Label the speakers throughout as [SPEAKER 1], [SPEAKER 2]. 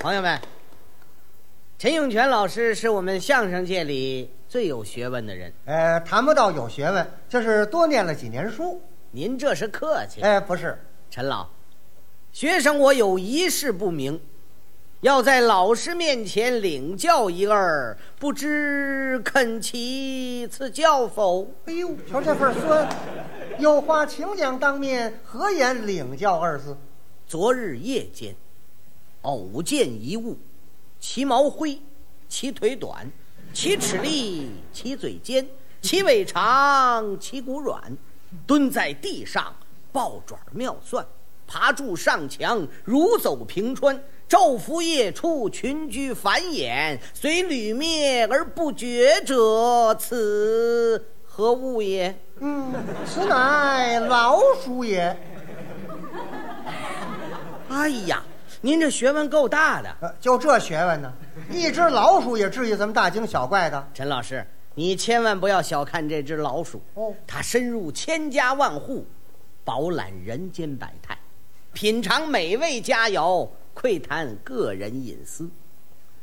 [SPEAKER 1] 朋友们，陈永泉老师是我们相声界里最有学问的人，
[SPEAKER 2] 呃，谈不到有学问，就是多念了几年书。
[SPEAKER 1] 您这是客气。
[SPEAKER 2] 哎，不是，
[SPEAKER 1] 陈老，学生我有一事不明，要在老师面前领教一二，不知肯其赐教否？
[SPEAKER 2] 哎呦，瞧这份酸！有话请讲当面，何言领教二字？
[SPEAKER 1] 昨日夜间，偶见一物，其毛灰，其腿短，其齿利，其嘴尖，其尾长，其骨软，蹲在地上，抱爪妙算，爬柱上墙，如走平川。昼伏夜出，群居繁衍，虽屡灭而不绝者，此何物也？
[SPEAKER 2] 嗯，此乃老鼠也。
[SPEAKER 1] 哎呀，您这学问够大的，
[SPEAKER 2] 呃，就这学问呢，一只老鼠也至于这么大惊小怪的？
[SPEAKER 1] 陈老师，你千万不要小看这只老鼠
[SPEAKER 2] 哦
[SPEAKER 1] 它深入千家万户，饱览人间百态，品尝美味佳肴，窥探个人隐私。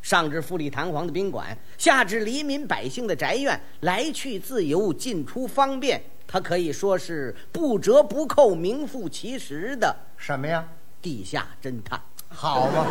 [SPEAKER 1] 上至富丽堂皇的宾馆，下至黎民百姓的宅院，来去自由，进出方便。它可以说是不折不扣、名副其实的
[SPEAKER 2] 什么呀？
[SPEAKER 1] 地下侦探。
[SPEAKER 2] 好嘛，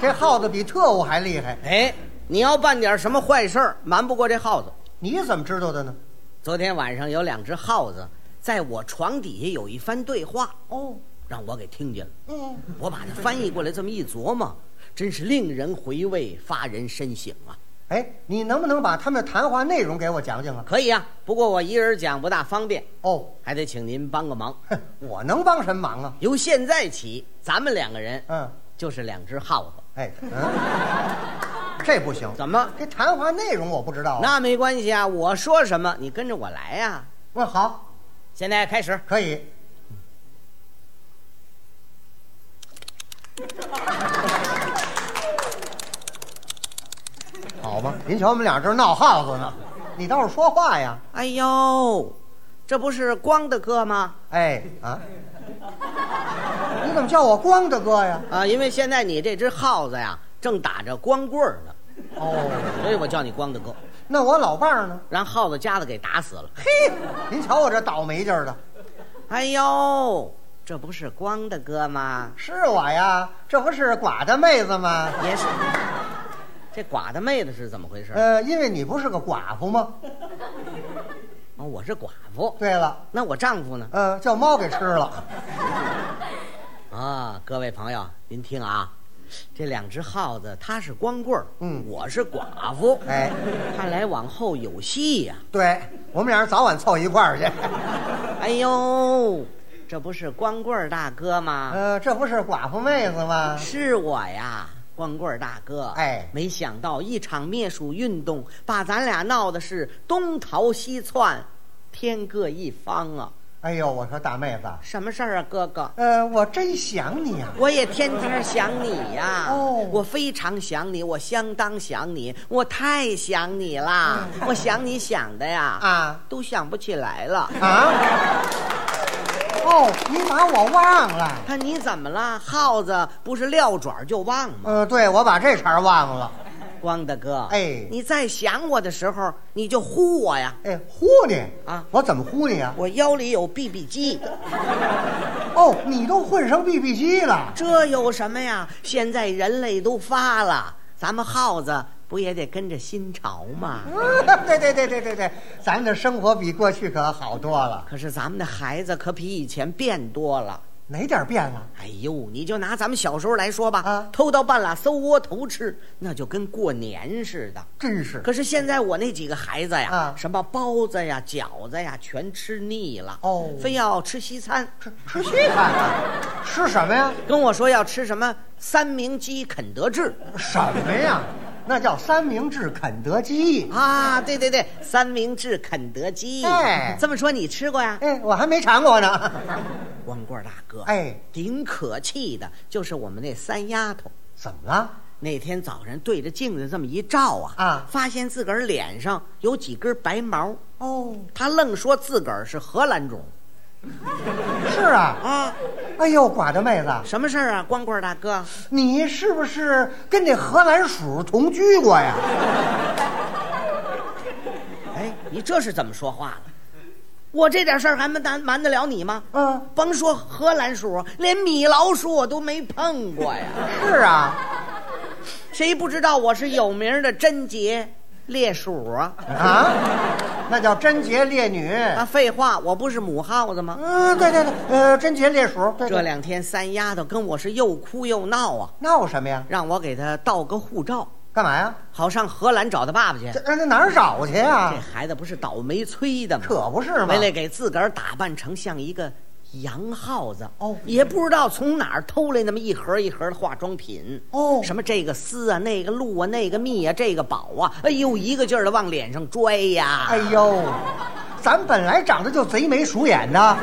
[SPEAKER 2] 这耗子比特务还厉害。
[SPEAKER 1] 哎，你要办点什么坏事儿，瞒不过这耗子。
[SPEAKER 2] 你怎么知道的呢？
[SPEAKER 1] 昨天晚上有两只耗子在我床底下有一番对话，
[SPEAKER 2] 哦，
[SPEAKER 1] 让我给听见了。
[SPEAKER 2] 嗯，
[SPEAKER 1] 我把它翻译过来，这么一琢磨，真是令人回味，发人深省啊！
[SPEAKER 2] 哎，你能不能把他们的谈话内容给我讲讲啊？
[SPEAKER 1] 可以啊，不过我一人讲不大方便，
[SPEAKER 2] 哦，
[SPEAKER 1] 还得请您帮个忙。
[SPEAKER 2] 哼，我能帮什么忙啊？
[SPEAKER 1] 由现在起，咱们两个人
[SPEAKER 2] 嗯，
[SPEAKER 1] 就是两只耗子，
[SPEAKER 2] 哎，嗯，这不行，
[SPEAKER 1] 怎么？
[SPEAKER 2] 这谈话内容我不知道、啊。
[SPEAKER 1] 那没关系啊，我说什么你跟着我来呀、
[SPEAKER 2] 那好，
[SPEAKER 1] 现在开始，
[SPEAKER 2] 可以。好吧，您瞧我们俩这儿闹耗子呢，你倒是说话呀！
[SPEAKER 1] 哎呦，这不是光的课吗？
[SPEAKER 2] 哎啊，你怎么叫我光大哥呀？
[SPEAKER 1] 啊，因为现在你这只耗子呀，正打着光棍儿呢，
[SPEAKER 2] 哦，
[SPEAKER 1] 所以我叫你光大哥，
[SPEAKER 2] 那我老伴儿呢？
[SPEAKER 1] 让耗子家子给打死了。
[SPEAKER 2] 嘿，您瞧我这倒霉劲儿的，
[SPEAKER 1] 哎呦，这不是光大哥吗？
[SPEAKER 2] 是我呀，这不是寡的妹子吗？
[SPEAKER 1] 也是，这寡的妹子是怎么回事？
[SPEAKER 2] 呃，因为你不是个寡妇吗？
[SPEAKER 1] 哦我是寡妇，
[SPEAKER 2] 对了，
[SPEAKER 1] 那我丈夫呢？
[SPEAKER 2] 呃，叫猫给吃了。
[SPEAKER 1] 啊，各位朋友，您听啊，这两只耗子，他是光棍儿，
[SPEAKER 2] 嗯
[SPEAKER 1] 我是寡妇，
[SPEAKER 2] 哎，
[SPEAKER 1] 看来往后有戏呀、
[SPEAKER 2] 对我们俩人早晚凑一块儿去。
[SPEAKER 1] 哎呦，这不是光棍儿大哥吗？
[SPEAKER 2] 呃，这不是寡妇妹子吗？
[SPEAKER 1] 是我呀，光棍儿大哥。
[SPEAKER 2] 哎
[SPEAKER 1] 没想到一场灭鼠运动，把咱俩闹的是东逃西窜，天各一方啊！
[SPEAKER 2] 哎呦，我说大妹子，
[SPEAKER 1] 什么事儿啊，哥哥？
[SPEAKER 2] 呃，我真想你啊呀、
[SPEAKER 1] 我也天天想你呀、
[SPEAKER 2] 哦
[SPEAKER 1] 我非常想你，我相当想你，我太想你啦！我想你想的呀，
[SPEAKER 2] 嗯啊
[SPEAKER 1] 都想不起来了。
[SPEAKER 2] 啊！哦，你把我忘了。
[SPEAKER 1] 看你怎么了？耗子不是撂爪就忘吗？
[SPEAKER 2] 呃，对，我把这茬儿忘了。
[SPEAKER 1] 光大哥，
[SPEAKER 2] 哎
[SPEAKER 1] 你在想我的时候，你就呼我呀。
[SPEAKER 2] 哎，呼你
[SPEAKER 1] 啊
[SPEAKER 2] 我怎么呼你啊？
[SPEAKER 1] 我腰里有 BB 机，
[SPEAKER 2] 哦，你都混成 BB 机了。
[SPEAKER 1] 这有什么呀？现在人类都发了，咱们耗子不也得跟着新潮吗？
[SPEAKER 2] 嗯对对对对对对，咱们的生活比过去可好多了，
[SPEAKER 1] 可是咱们的孩子可比以前变多了。
[SPEAKER 2] 哪点儿变了？
[SPEAKER 1] 哎呦，你就拿咱们小时候来说吧，
[SPEAKER 2] 啊
[SPEAKER 1] 偷到半拉馊窝头吃，那就跟过年似的。
[SPEAKER 2] 真是
[SPEAKER 1] 可是现在我那几个孩子呀，
[SPEAKER 2] 啊
[SPEAKER 1] 什么包子呀、饺子呀，全吃腻了，
[SPEAKER 2] 哦
[SPEAKER 1] 非要吃西餐，
[SPEAKER 2] 吃吃西餐啊？吃什么呀？
[SPEAKER 1] 跟我说要吃什么三明鸡、肯德基。
[SPEAKER 2] 什么呀？那叫三明治肯德基。
[SPEAKER 1] 啊，对对对，三明治肯德基。
[SPEAKER 2] 哎
[SPEAKER 1] 这么说你吃过呀？
[SPEAKER 2] 哎，我还没尝过呢。
[SPEAKER 1] 光棍大哥，
[SPEAKER 2] 哎，
[SPEAKER 1] 顶可气的就是我们那三丫头。
[SPEAKER 2] 怎么了？
[SPEAKER 1] 那天早上对着镜子这么一照啊，
[SPEAKER 2] 啊
[SPEAKER 1] 发现自个儿脸上有几根白毛，
[SPEAKER 2] 哦，
[SPEAKER 1] 她愣说自个儿是荷兰种。
[SPEAKER 2] 是啊，
[SPEAKER 1] 啊！
[SPEAKER 2] 哎呦，寡的妹子，
[SPEAKER 1] 什么事儿啊，光棍大哥？
[SPEAKER 2] 你是不是跟这荷兰鼠同居过呀？
[SPEAKER 1] 哎，你这是怎么说话的？我这点事儿还瞒瞒瞒得了你吗？
[SPEAKER 2] 嗯，
[SPEAKER 1] 甭说荷兰鼠，连米老鼠我都没碰过呀。
[SPEAKER 2] 是啊，
[SPEAKER 1] 谁不知道我是有名的贞洁烈鼠啊？
[SPEAKER 2] 啊，那叫贞洁烈女。
[SPEAKER 1] 啊，废话，我不是母耗子吗？
[SPEAKER 2] 嗯，对对对，呃，贞洁烈鼠，对
[SPEAKER 1] 这
[SPEAKER 2] 对，
[SPEAKER 1] 两天三丫头跟我是又哭又闹啊，
[SPEAKER 2] 闹什么呀？
[SPEAKER 1] 让我给她盗个护照，
[SPEAKER 2] 干嘛呀？
[SPEAKER 1] 好上荷兰找她爸爸去。
[SPEAKER 2] 这呃那哪儿找去呀
[SPEAKER 1] 这？孩子不是倒霉催的吗？
[SPEAKER 2] 可不是嘛
[SPEAKER 1] 为。了给自个儿打扮成像一个洋耗子
[SPEAKER 2] 哦
[SPEAKER 1] 也不知道从哪儿偷来那么一盒一盒的化妆品
[SPEAKER 2] 哦
[SPEAKER 1] 什么这个丝啊，那个露啊，那个蜜啊，这个宝啊，哎呦，一个劲儿的往脸上拽呀！
[SPEAKER 2] 哎呦，咱本来长得就贼眉鼠眼的，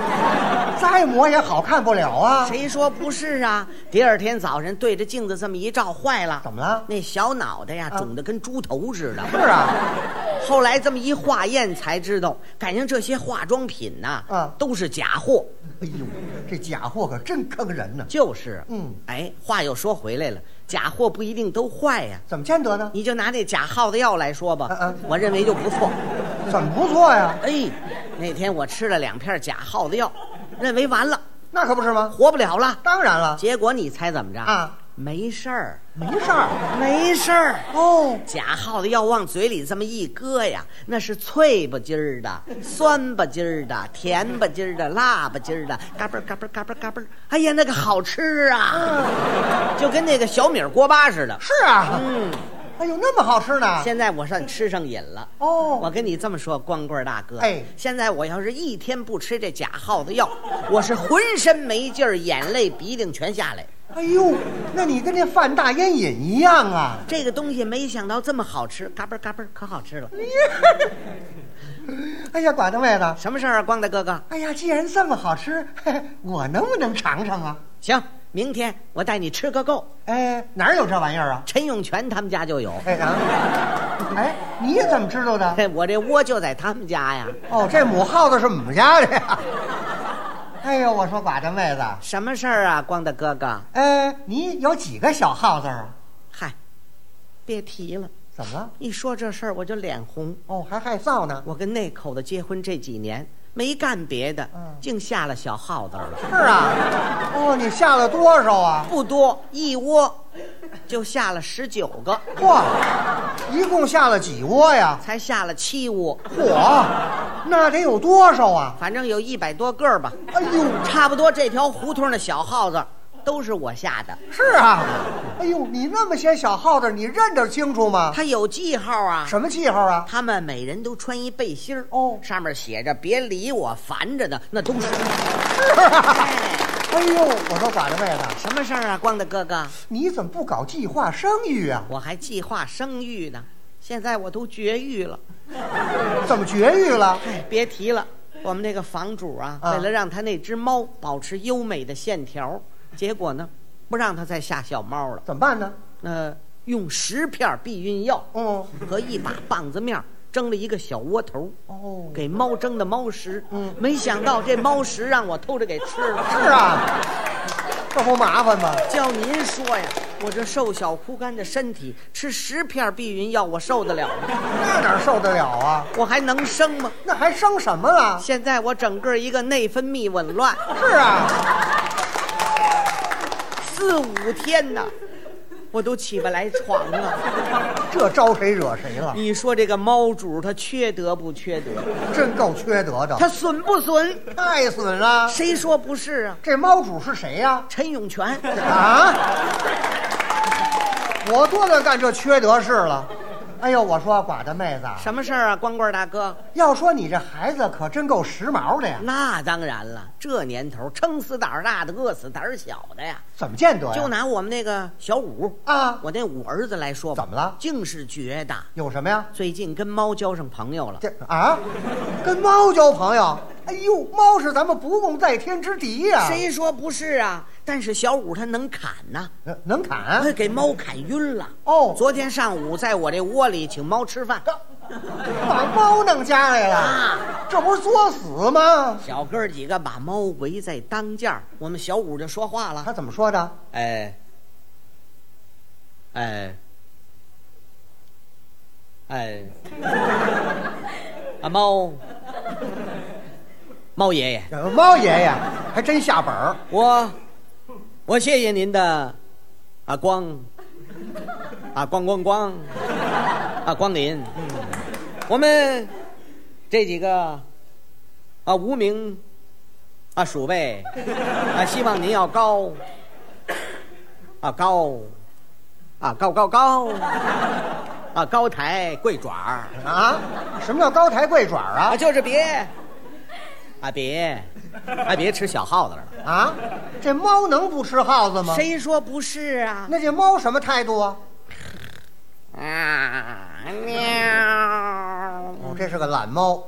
[SPEAKER 2] 再磨也好看不了啊。
[SPEAKER 1] 谁说不是啊？第二天早晨对着镜子这么一照，坏了，
[SPEAKER 2] 怎么了啊
[SPEAKER 1] 那小脑袋呀，肿得跟猪头似的。
[SPEAKER 2] 是啊，
[SPEAKER 1] 后来这么一化验才知道，感情这些化妆品呐、
[SPEAKER 2] 嗯
[SPEAKER 1] 都是假货。
[SPEAKER 2] 哎呦，这假货可真坑人呢。
[SPEAKER 1] 就是，
[SPEAKER 2] 嗯，
[SPEAKER 1] 哎，话又说回来了，假货不一定都坏呀、
[SPEAKER 2] 怎么见得呢？
[SPEAKER 1] 你就拿那假耗子药来说吧，
[SPEAKER 2] 嗯嗯
[SPEAKER 1] 我认为就不错。
[SPEAKER 2] 怎么不错呀？
[SPEAKER 1] 哎，那天我吃了两片假耗子药，认为完了，
[SPEAKER 2] 那可不是吗？
[SPEAKER 1] 活不了了。
[SPEAKER 2] 当然了，
[SPEAKER 1] 结果你猜怎么着？
[SPEAKER 2] 啊，
[SPEAKER 1] 没事儿，
[SPEAKER 2] 没事儿。
[SPEAKER 1] 没事儿。
[SPEAKER 2] 哦，
[SPEAKER 1] 假耗子药往嘴里这么一搁呀，那是脆吧唧儿的、酸吧唧儿的、甜吧唧儿的、辣吧唧儿的，嘎嘣儿嘎嘣儿嘎嘣儿嘎嘣儿，哎呀，那个好吃啊，
[SPEAKER 2] 嗯
[SPEAKER 1] 就跟那个小米锅巴似的。
[SPEAKER 2] 是啊。嗯，哎呦，那么好吃呢。
[SPEAKER 1] 现在我算吃上瘾了。
[SPEAKER 2] 哦
[SPEAKER 1] 我跟你这么说，光棍儿大哥，
[SPEAKER 2] 哎
[SPEAKER 1] 现在我要是一天不吃这假耗子药，我是浑身没劲儿，眼泪鼻涕全下来。
[SPEAKER 2] 哎呦，那你跟这范大烟瘾一样啊。
[SPEAKER 1] 这个东西没想到这么好吃，嘎嘣儿嘎嘣儿，可好吃了。
[SPEAKER 2] 哎呀，寡大妹子，
[SPEAKER 1] 什么事儿啊，光大哥哥？
[SPEAKER 2] 哎呀，既然这么好吃， 嘿嘿我能不能尝尝啊？
[SPEAKER 1] 行，明天我带你吃个够。
[SPEAKER 2] 哎，哪儿有这玩意儿啊？
[SPEAKER 1] 陈永泉他们家就有，
[SPEAKER 2] 哎啊，哎，你怎么知道的？
[SPEAKER 1] 嘿我这窝就在他们家呀。
[SPEAKER 2] 哦，这母耗子是我们家的呀。哎呦，我说寡大妹子，
[SPEAKER 1] 什么事儿啊，光大哥哥？
[SPEAKER 2] 哎，你有几个小耗子啊？
[SPEAKER 1] 嗨，别提了，
[SPEAKER 2] 怎么了？
[SPEAKER 1] 一说这事儿我就脸红。
[SPEAKER 2] 哦，还害臊呢？
[SPEAKER 1] 我跟那口子结婚这几年没干别的，
[SPEAKER 2] 嗯
[SPEAKER 1] 净下了小耗子了，
[SPEAKER 2] 是啊。哦，你下了多少啊？
[SPEAKER 1] 不多一窝，就下了十九个，
[SPEAKER 2] 哇，一共下了几窝呀？
[SPEAKER 1] 才下了七窝，
[SPEAKER 2] 嚯，那得有多少啊？
[SPEAKER 1] 反正有一百多个儿吧，
[SPEAKER 2] 哎呦，
[SPEAKER 1] 差不多这条胡同的小耗子都是我下的，
[SPEAKER 2] 是啊。哎呦，你那么些小耗子，你认得清楚吗？
[SPEAKER 1] 它有记号啊。
[SPEAKER 2] 什么记号啊？
[SPEAKER 1] 他们每人都穿一背心儿，
[SPEAKER 2] 哦
[SPEAKER 1] 上面写着“别理我，烦着呢”，那都是。
[SPEAKER 2] 哎呦，我说寡大妹子，
[SPEAKER 1] 什么事儿啊，光大哥哥？
[SPEAKER 2] 你怎么不搞计划生育啊？
[SPEAKER 1] 我还计划生育呢，现在我都绝育了。
[SPEAKER 2] 怎么绝育了？
[SPEAKER 1] 哎，别提了，我们那个房主啊，
[SPEAKER 2] 啊
[SPEAKER 1] 为了让他那只猫保持优美的线条，结果呢，不让它再下小猫了。
[SPEAKER 2] 怎么办呢？
[SPEAKER 1] 那、用十片避孕药
[SPEAKER 2] 嗯，
[SPEAKER 1] 和一把棒子面儿蒸了一个小窝头，
[SPEAKER 2] 哦，
[SPEAKER 1] 给猫蒸的猫食。嗯，没想到这猫食让我偷着给吃了。
[SPEAKER 2] 是啊，这不麻烦吗？
[SPEAKER 1] 叫您说呀，我这瘦小枯干的身体，吃十片避孕药，我受得了吗？
[SPEAKER 2] 那哪受得了啊？
[SPEAKER 1] 我还能生吗？
[SPEAKER 2] 那还生什么了？
[SPEAKER 1] 现在我整个一个内分泌紊乱，
[SPEAKER 2] 是啊，
[SPEAKER 1] 四五天呐，我都起不来床啊！
[SPEAKER 2] 这招谁惹谁了？
[SPEAKER 1] 你说这个猫主他缺德不缺德？
[SPEAKER 2] 真够缺德的，
[SPEAKER 1] 他损不损？
[SPEAKER 2] 太损了！
[SPEAKER 1] 谁说不是啊？
[SPEAKER 2] 这猫主是谁呀、
[SPEAKER 1] 陈永泉，
[SPEAKER 2] 啊？我多能干这缺德事了。哎呦，我说寡大妹子，
[SPEAKER 1] 什么事儿啊，光棍大哥？
[SPEAKER 2] 要说你这孩子可真够时髦的呀，
[SPEAKER 1] 那当然了，这年头撑死胆儿大的，饿死胆儿小的呀。
[SPEAKER 2] 怎么见得哎呀？
[SPEAKER 1] 就拿我们那个小五
[SPEAKER 2] 啊
[SPEAKER 1] 我那五儿子来说吧，
[SPEAKER 2] 怎么了
[SPEAKER 1] 竟是觉得
[SPEAKER 2] 有什么呀？
[SPEAKER 1] 最近跟猫交上朋友了。
[SPEAKER 2] 这啊，跟猫交朋友？哎呦，猫是咱们不共戴天之敌呀、
[SPEAKER 1] 谁说不是啊？但是小五他能砍呐、
[SPEAKER 2] 呃能
[SPEAKER 1] 哎
[SPEAKER 2] 砍？
[SPEAKER 1] 给猫砍晕了。
[SPEAKER 2] 哦
[SPEAKER 1] 昨天上午在我这窝里请猫吃饭，
[SPEAKER 2] 把猫弄家来了，这不是作死吗？
[SPEAKER 1] 小哥儿几个把猫围在当间儿，我们小五就说话了
[SPEAKER 2] 他。怎么说的？
[SPEAKER 1] 哎，哎，哎， 啊猫，猫爷爷，
[SPEAKER 2] 呃猫爷爷还真下本儿，
[SPEAKER 1] 我我谢谢您的啊光啊光光光啊光临，我们这几个啊无名啊鼠辈啊，希望您要高啊高啊高高高啊高抬贵爪儿
[SPEAKER 2] 啊？什么叫高抬贵爪儿
[SPEAKER 1] 啊，
[SPEAKER 2] 啊？
[SPEAKER 1] 就是别啊别啊别吃小耗子了。
[SPEAKER 2] 啊，这猫能不吃耗子吗？
[SPEAKER 1] 谁说不是啊？
[SPEAKER 2] 那这猫什么态度啊？
[SPEAKER 1] 啊喵！
[SPEAKER 2] 哦，这是个懒猫，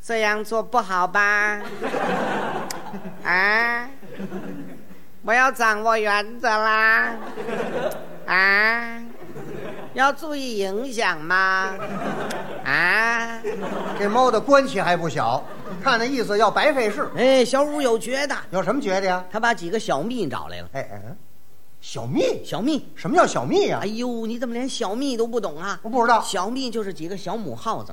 [SPEAKER 1] 这样做不好吧？ 啊！我要掌握原则啦！啊！要注意影响吗？啊！
[SPEAKER 2] 这猫的官气还不小，看那意思要白费事。
[SPEAKER 1] 哎，小五有觉的，
[SPEAKER 2] 有什么觉得呀？
[SPEAKER 1] 他把几个小蜜找来了。
[SPEAKER 2] 哎哎，哎小蜜，
[SPEAKER 1] 小蜜，
[SPEAKER 2] 什么叫小蜜呀、
[SPEAKER 1] 哎呦，你怎么连小蜜都不懂啊？
[SPEAKER 2] 我不知道。
[SPEAKER 1] 小蜜就是几个小母耗子，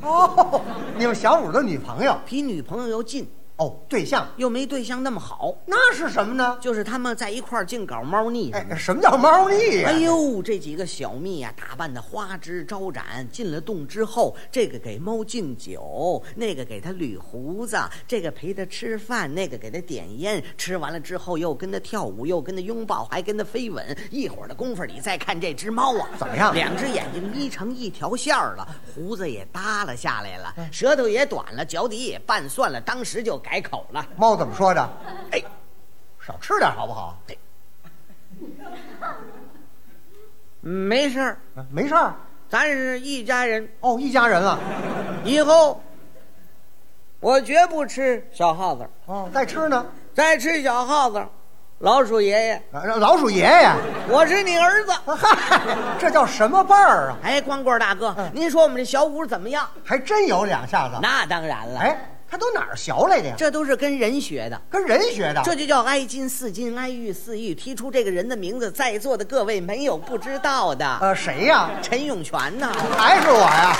[SPEAKER 2] 哦，你们小五的女朋友
[SPEAKER 1] 比女朋友又近，
[SPEAKER 2] 哦，对象
[SPEAKER 1] 又没对象那么好。
[SPEAKER 2] 那是什么呢？
[SPEAKER 1] 就是他们在一块儿净搞猫腻什么的。
[SPEAKER 2] 哎，什么叫猫腻呀、
[SPEAKER 1] 哎呦，这几个小蜜呀、打扮的花枝招展。进了洞之后，这个给猫敬酒，那个给它捋胡子，这个陪它吃饭，那个给它点烟。吃完了之后，又跟它跳舞，又跟它拥抱，还跟它飞吻。一会儿的功夫，你再看这只猫啊，
[SPEAKER 2] 怎么样
[SPEAKER 1] 两只眼睛眯成一条线儿了，胡子也耷拉下来了，舌头也短了，脚底也拌蒜了，当时就改口了。
[SPEAKER 2] 猫怎么说的？
[SPEAKER 1] 哎，
[SPEAKER 2] 少吃点好不好？
[SPEAKER 1] 没事儿，
[SPEAKER 2] 啊没事儿。
[SPEAKER 1] 咱是一家人。
[SPEAKER 2] 哦，一家人了。
[SPEAKER 1] 以后我绝不吃小耗子，
[SPEAKER 2] 哦，再吃呢？
[SPEAKER 1] 再吃小耗子，老鼠爷爷，
[SPEAKER 2] 啊老鼠爷爷，
[SPEAKER 1] 我是你儿子。
[SPEAKER 2] 嗨，这叫什么辈儿啊？
[SPEAKER 1] 哎，光棍大哥，
[SPEAKER 2] 嗯
[SPEAKER 1] 您说我们这小五怎么样？
[SPEAKER 2] 还真有两下子。
[SPEAKER 1] 那当然了，
[SPEAKER 2] 哎，他都哪儿学来的呀？
[SPEAKER 1] 这都是跟人学的，
[SPEAKER 2] 跟人学的。
[SPEAKER 1] 这就叫哀今四今，哀欲四欲。提出这个人的名字，在
[SPEAKER 2] 嗯
[SPEAKER 1] 座的各位没有不知道的。
[SPEAKER 2] 呃，谁呀？
[SPEAKER 1] 陈永泉呐、
[SPEAKER 2] 还是我呀？